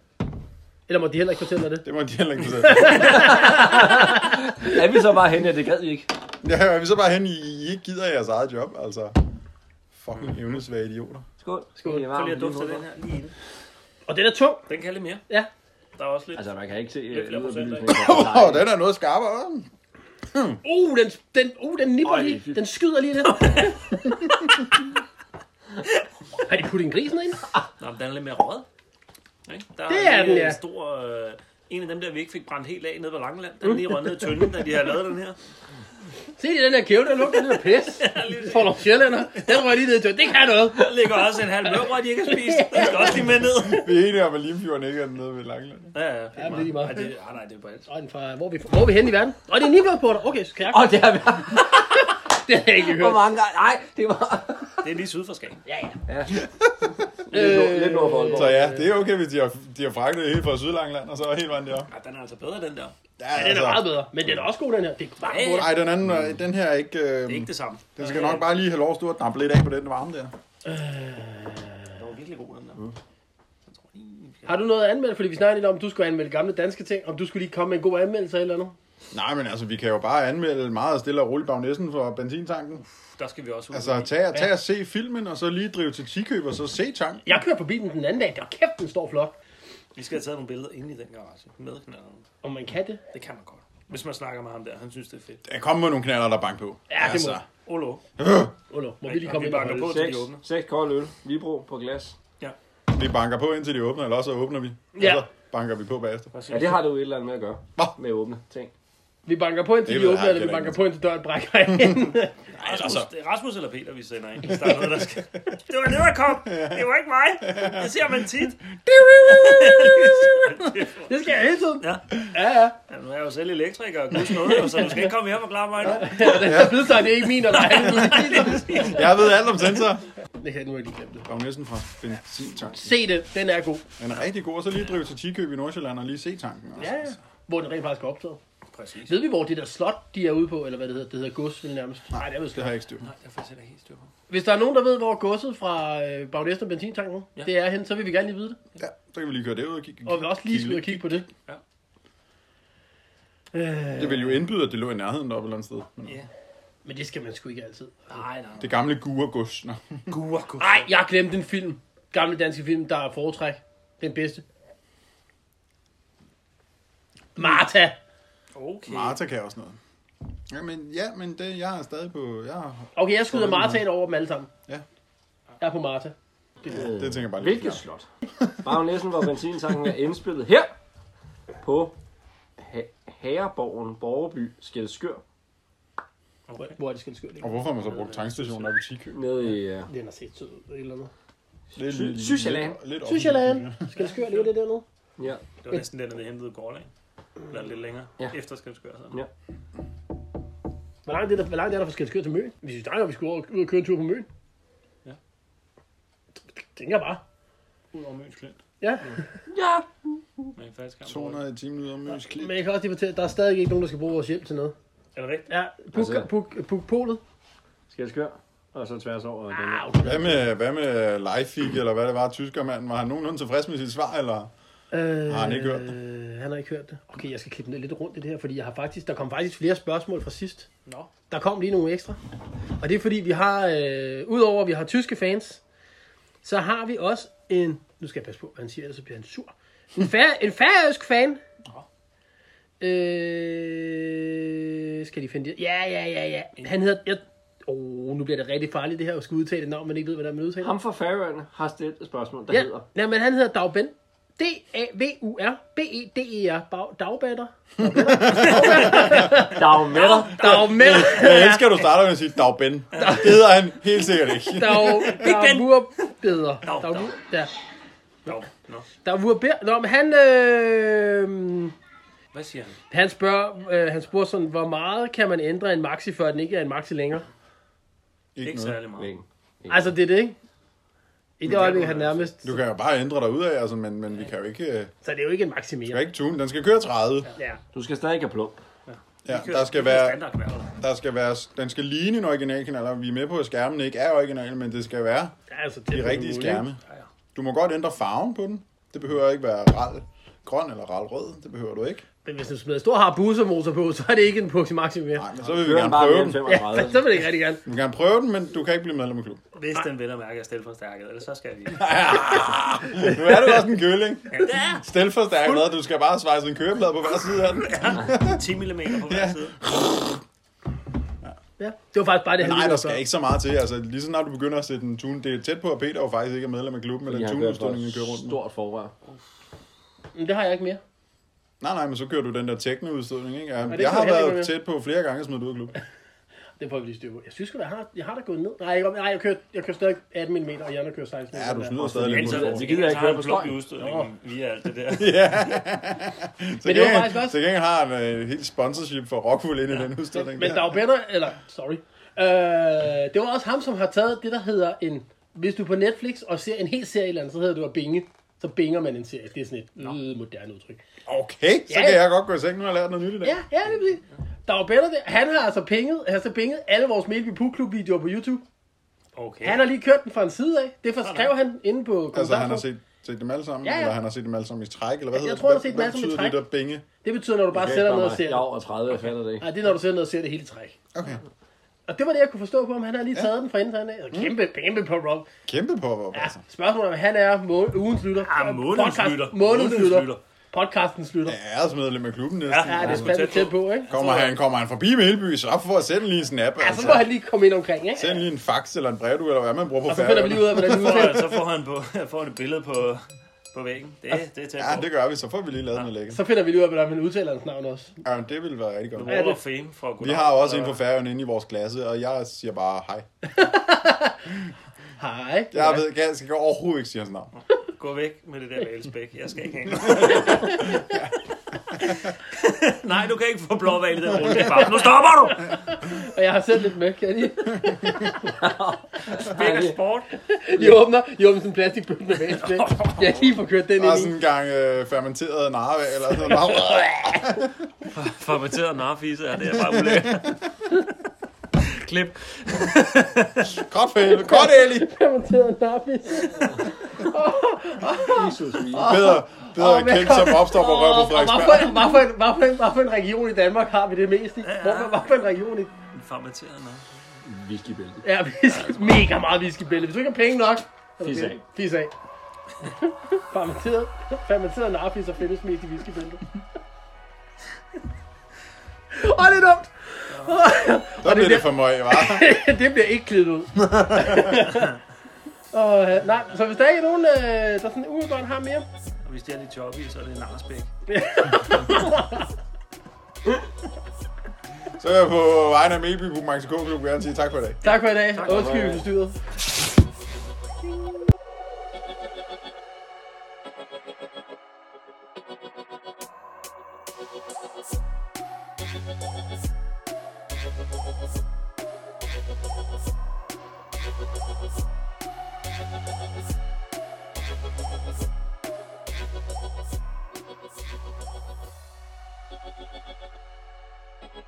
Eller må de heller ikke fortælle dig det? Det må de heller ikke fortælle. <laughs> Er vi så bare henne, at det gad I ikke? Ja, er vi så bare hen, I, I ikke gider jeres eget job, altså. Fucking evnesvage idioter. Skål. Skål. Det er varmt. Prøv lige at dufte til den her lige inden. Og den er tung. Den kan lidt mere. Ja. Der er også lidt. Altså, man kan ikke se... øh, Lidt flere procent, <laughs> lydoplysningen Åh, fra oh, den er noget skarpere. Uh, den, den, uh, den nipper Øj. lige. Den skyder lige <laughs> lidt. har de puttet en gris ned ind? Nå, men den er lidt mere rød. Ikke? Der Det er lige den, ja. En stor... Øh, en af dem der, vi ikke fik brændt helt af nede på Langeland, den er Mm. lige rød ned i tønden, da de har lavet den her. Se den der kæve, der lugter lidt af <laughs> pis. For nogle sjællænder. Den røg lige ned i tøren. Det kan noget. Der ligger også en halv mørbrød, de ikke har <laughs> spist. Den skal også lige med ned. Vi er enige om, at Limfjorden ikke er nede ved Langeland. Ja, ja, det Ja, men det er lige meget. Ej, det, ah, nej, det er bare alt. Og den fra, hvor er vi, hvor er vi henne i verden? Og det er Nivå-rapporter. Okay, så kan jeg. Åh, det har vi Det har jeg ikke Hvor hørt. mange gange? Nej, det var... Det er lige syd for Skagen. Ja, ja. Øh, Lidt nord- Lidt nord for Aalborg. Så ja, det er okay, hvis de har, de har fragtet helt fra Sydlangeland, og så helt vejen derop. altså. Ja, den er altså bedre, den der. Ja, Den er meget bedre. Men den er også god, den her. Det er bare Ja, god. ja. Nej, den anden, øh, den her er ikke... Øh, Det er ikke det samme. den skal nok bare lige have lov at stå og dampe lidt af på den varme der. Den var virkelig god, den der. Mm. Jeg tror lige, vi skal- Har du noget at anmelde? Fordi vi snakkede lidt om, at du skulle anmelde gamle danske ting. Om du skulle lige komme med en god anmeldelse eller noget. Nej, men altså, vi kan jo bare anmelde meget stille og roligt bagnessen for benzintanken. Der skal vi også ud. Altså, tag, tag og se filmen, og så lige drive til Tikøb, og så se tanken. Jeg kørte forbi den den anden dag. Det var kæft, den står flot. Vi skal have taget nogle billeder inde i den garage. Med knalderen. Om man kan det. Det kan man godt. Hvis man snakker med ham der, han synes det er fedt. Der kommer nogle knaller, der banker på. Altså, Ja, det må. <gasps> Olo, Olo, må vi lige og komme vi ind og banker på. holde? til de åbner. Seks, seks kolde øl. Vibro på glas. Vi banker på, indtil de åbner, eller også så åbner vi. Ja. Og så banker vi på bagefter. Ja, det har det jo et eller andet med at gøre. Hva? Med åbne ting. Vi banker på, indtil Det de ved åbner, jeg eller vi heller banker ikke. på, indtil døren brækker ind. Rasmus, det er Rasmus eller Peter, vi sender ind. Hvis der er noget, der skal... <laughs> Det var det, der kom. Det var ikke mig. Det ser man tit. <laughs> det skal jeg hele tiden. Ja. Ja, ja. <laughs> Ja, nu er jeg jo selv elektriker og guds nåde, <laughs> jo, så du skal ikke komme hjem og klare mig nu. Det er blevet sagt, det er ikke min eller ej. Jeg ved alt om sensorer. Det her, nu har jeg lige glemt det. Bagnessen fra benzintanken. Se det, den er god. Den er rigtig god, og så lige drive til Tikøb i Nordsjælland og lige se tanken. Også. Ja, ja. Hvor den rent faktisk er optaget. Præcis. Ved vi, hvor det der slot, de er ude på, eller hvad det hedder? Det hedder gods, vel nærmest. Nej, det er vel Det slot. har jeg ikke styr på. Nej, derfor sætter jeg helt styr på. Hvis der er nogen, der ved, hvor godset fra øh, Bagnæsten og Benzintanken, ja. det er hen, så vil vi gerne lige vide det. Ja, så kan vi lige køre derud og kigge. Og vi vil også lige skulle kigge på det. Ja. Øh, Det ville jo indbyde, at det lå i nærheden deroppe et eller andet sted. Men Ja. men det skal man sgu ikke altid. Nej, nej. Det gamle gurgus. Nå. Gua, gua. Nej, jeg har glemt en film. Gamle danske film, der er foretræk. Den bedste. Martha. Okay. Marta kan også noget. Ja, men, ja, men det, jeg er stadig på... Jeg, er- Okay, jeg skyder Martha ind over dem alle sammen. Ja. Jeg er på Martha. det tænker jeg bare lige. Hvilket <laughs> slot? Bagnæssen, hvor benzintanken er indspillet her på ha- Herreborgen, Borgerby, Skelskør, Okay. Hvor er det skal skøre det? Og hvorfor har man så brugt tankstationen oppe i Tikøb? nede i... Uh, Den har set sød ud, eller et eller andet. Det er Sy- lidt- Sydsjælland. lidt- lidt op- Sydsjælland. Skal det skøre det, det dernede? ja. Det var næsten den, der hentede i går, ikke? Eller lidt længere. Ja. Ja. Efter skal vi skøre sig. Ja. Hvor langt er der, hvor langt er der fra Skelskør til Møn? Vi synes, der er, at vi skulle over- ud og køre en tur på Møn. Ja. Det tænker jeg bare. Ud over Møns Klint. Ja. ja. Men faktisk kan 200 i timen ud om Møns Klint. Men jeg kan også lige fortælle, at der er stadig ikke nogen, der skal bruge vores hjælp til noget. Er det rigtigt? Ja, puk, Altså- altså... puk, puk, polet. Skelskør, og så tværs over den her. Hvad med, hvad med Leifig, eller hvad det var, tyskermanden? Var han nogenlunde tilfreds med sit svar, eller? Øh, Har han ikke hørt det? Øh, han har ikke hørt det. Okay, jeg skal klippe det lidt rundt i det her, fordi jeg har faktisk, der kom faktisk flere spørgsmål fra sidst. Nå. Der kom lige nogle ekstra. Og det er fordi, vi har, øh, udover at vi har tyske fans, så har vi også en, nu skal jeg passe på, hvad han siger, ellers så bliver han sur. En, fær, en færøsk fan. Øh, skal de finde det? Ja, ja, ja, ja. Han hedder, jeg, oh, nu bliver det rigtig farligt det her, at skulle udtale et navn, man ikke ved, hvordan man udtaler. Ham fra Færøerne har stillet et spørgsmål, der Ja, hedder... ja, men han hedder Dagben. E D-A-V-U-R-B-E-D-E-R. Bag- Dagbatter. Dagmetter. Dagmætter. Jeg elsker, at du starter med at sige Dag Ben. Det hedder han helt sikkert <laughs> ikke. Dag, dagmurbeder. Dag- Dag, dag. ja. Nå. Nå. Dagmurbeder. Nå, men han, øh, Hvad siger han? han, spørger, øh, han spurgte sådan, hvor meget kan man ændre en maxi, før den ikke er en maxi længere? Ikke noget. særlig meget. Altså, det er det, ikke? I det øjeblik, kan han man altså. nærmest... Du kan jo bare ændre dig ud af, altså, men, men vi kan jo ikke, øh, Så det er jo ikke en maxi kan mere. ikke tune. Den skal køre 30. Ja. Du skal stadig have plump. Ja, der skal Det er være, standardkværter. der skal være, den skal ligne en originalkanal, og vi er med på, at skærmen ikke er original, men det skal være Altså, det de rigtige skærme. Ja, ja. Du må godt ændre farven på den. Det behøver ikke være ral grøn eller ral rød. Det behøver du ikke. Men hvis du smider en stor harbusermotor på, så er det ikke en Puxi Maxi mere. Nej, men så vil vi Kører gerne den bare prøve mere den. end Ja, 35. <laughs> så vil det ikke rigtig gerne. Vi vil gerne prøve den, men du kan ikke blive medlem af klubben. Hvis den vel og mærke er stilforstærket, ellers så skal vi. Nu er du også en køling. Stil for stærkt, og du skal bare svejse en køreplade på hver side af den. 10 mm på hver side. Ja. Det var faktisk bare det, han Nej, ville der spørge. skal ikke så meget til. Altså, lige så snart du begynder at sætte en tune, det er tæt på, at Peter jo faktisk ikke er medlem af klubben, eller Jeg har den kørt for tuneudstødning, vi kører rundt et med. stort forrør. Men det har jeg ikke mere. Nej, nej, men så kører du den der teknoudstødning, ikke? Ja, det jeg kan har jeg heller været ikke tæt på flere gange at smide dig ud af klubben. Det får vi lige styr på. Jeg synes sgu, da, jeg har, jeg har da gået ned. Nej, jeg, nej, jeg kører, jeg kører stadig 18 mm, og Jan har kørt 16 mm. Ja, du snyder stadig lidt. Men på så, det. så Det gider jeg ikke har høre en på flot støjen. udstødning via alt det der. Til Men det var gengæld- faktisk også- Til gengæld har han øh, et helt sponsorship for Rockwool ind i den udstødning. Men der er jo bedre, eller sorry. Øh, det var også ham, som har taget det, der hedder en... Hvis du er på Netflix og ser en hel serie eller andet, så hedder du at binge. Så binger man en serie. Det er sådan et øh, moderne udtryk. Okay, så Ja, kan ja. jeg godt gå i seng. Nu har jeg lært noget nyt i dag. Ja, ja, det er præcis. Der er jo bedre det. Han har altså pinget, han har så pinget alle vores Melby Puk Klub videoer på YouTube. Okay. Han har lige kørt den fra en side af. Det forskrev han inde på Altså, han har kommentarfeltet. set Set dem alle sammen? Ja, Ja, ja. ja. Eller han har set dem alle sammen i træk? Eller hvad Jeg hedder tror, det? jeg har set dem alle sammen i Hvad betyder det der binge? Det betyder, når du bare Jeg sætter gav ned og mig- ser Jeg er det. over 30, jeg fatter det ikke. Nej, det er, når du sætter ned og ser det hele i træk. Okay. Og det var det, jeg kunne forstå på, om han har lige taget den fra indtagen af. Mm. Kæmpe, kæmpe på Rob. Kæmpe på, hvor Ja, altså. spørgsmålet er, om han er må- ugens lytter. Ja, månedens Podcast- lytter. Ah, Månedens Månedens lytter. lytter. Podcastens lytter. Jeg er altså medlem af klubben næsten. Ja, det er Ja, fandme tæt tæt på, ikke? Kommer han, kommer han forbi med Helby, så op for at sende lige en snap. Ja, Altså, så må han lige komme ind omkring, ikke? Send lige en fax eller en brev, eller hvad man bruger på Og så finder vi lige ud af, <laughs> hvordan det Så, udtaler. så får han på, <laughs> får han et billede på, på væggen. Det, det er tæt Ja, på. det gør vi, så får vi lige lavet noget lækkert. Så finder vi lige ud af, hvordan man udtaler hans navn også. Ja, men det ville være rigtig godt. Ja, det- Wall of Fame for at gå Vi har jo også en på færgen inde i vores klasse, og jeg siger bare hej. Hej. Jeg ved, jeg skal overhovedet ikke sige hans navn. Gå væk med det der valsbæk. Jeg skal ikke have en. <laughs> Nej, du kan ikke få blåval i den rulle. Det er bare, nu stopper du! Og jeg har selv lidt med, kan I? lige? Spæk er sport. I åbner, I åbner sådan en plastikbøtte med valspæk. Jeg har lige får kørt den Bare ind i. sådan en gang øh, fermenteret narve, eller sådan noget. Formateret narfise, ja, det er bare <laughs> ulækkert. Klip. Godt for helvede, godt Eli! Fermenteret narfis. Jesus, min. Bedre, bedre Åh, men- kæk, som opstår på røven på Og hvorfor, Frederiksberg. hvorfor, en, hvorfor, en, hvorfor en region i Danmark har vi det mest i? Hvorfor, hvorfor en region i... Formateret narfise. Ah. Whiskybælte. Ja, whisky, mega meget whiskybælte. Hvis du ikke har penge nok... så er det Fis det. af. Fis af. fermenteret, fermenteret narfis og findes mest i whiskybælte. Åh, det er dumt! Der bliver det for mig, hva'? <coughs> det bliver ikke klippet ud. og, øh, nej, så hvis der ikke er nogen, øh, der sådan umiddelbart har mere... Og hvis de er lidt jobbige, så er det narsbæk. Så vil jeg på vegne af Melby på Max K. Klub gerne sige tak for i dag. Tak for i dag. Undskyld, vi forstyrrede.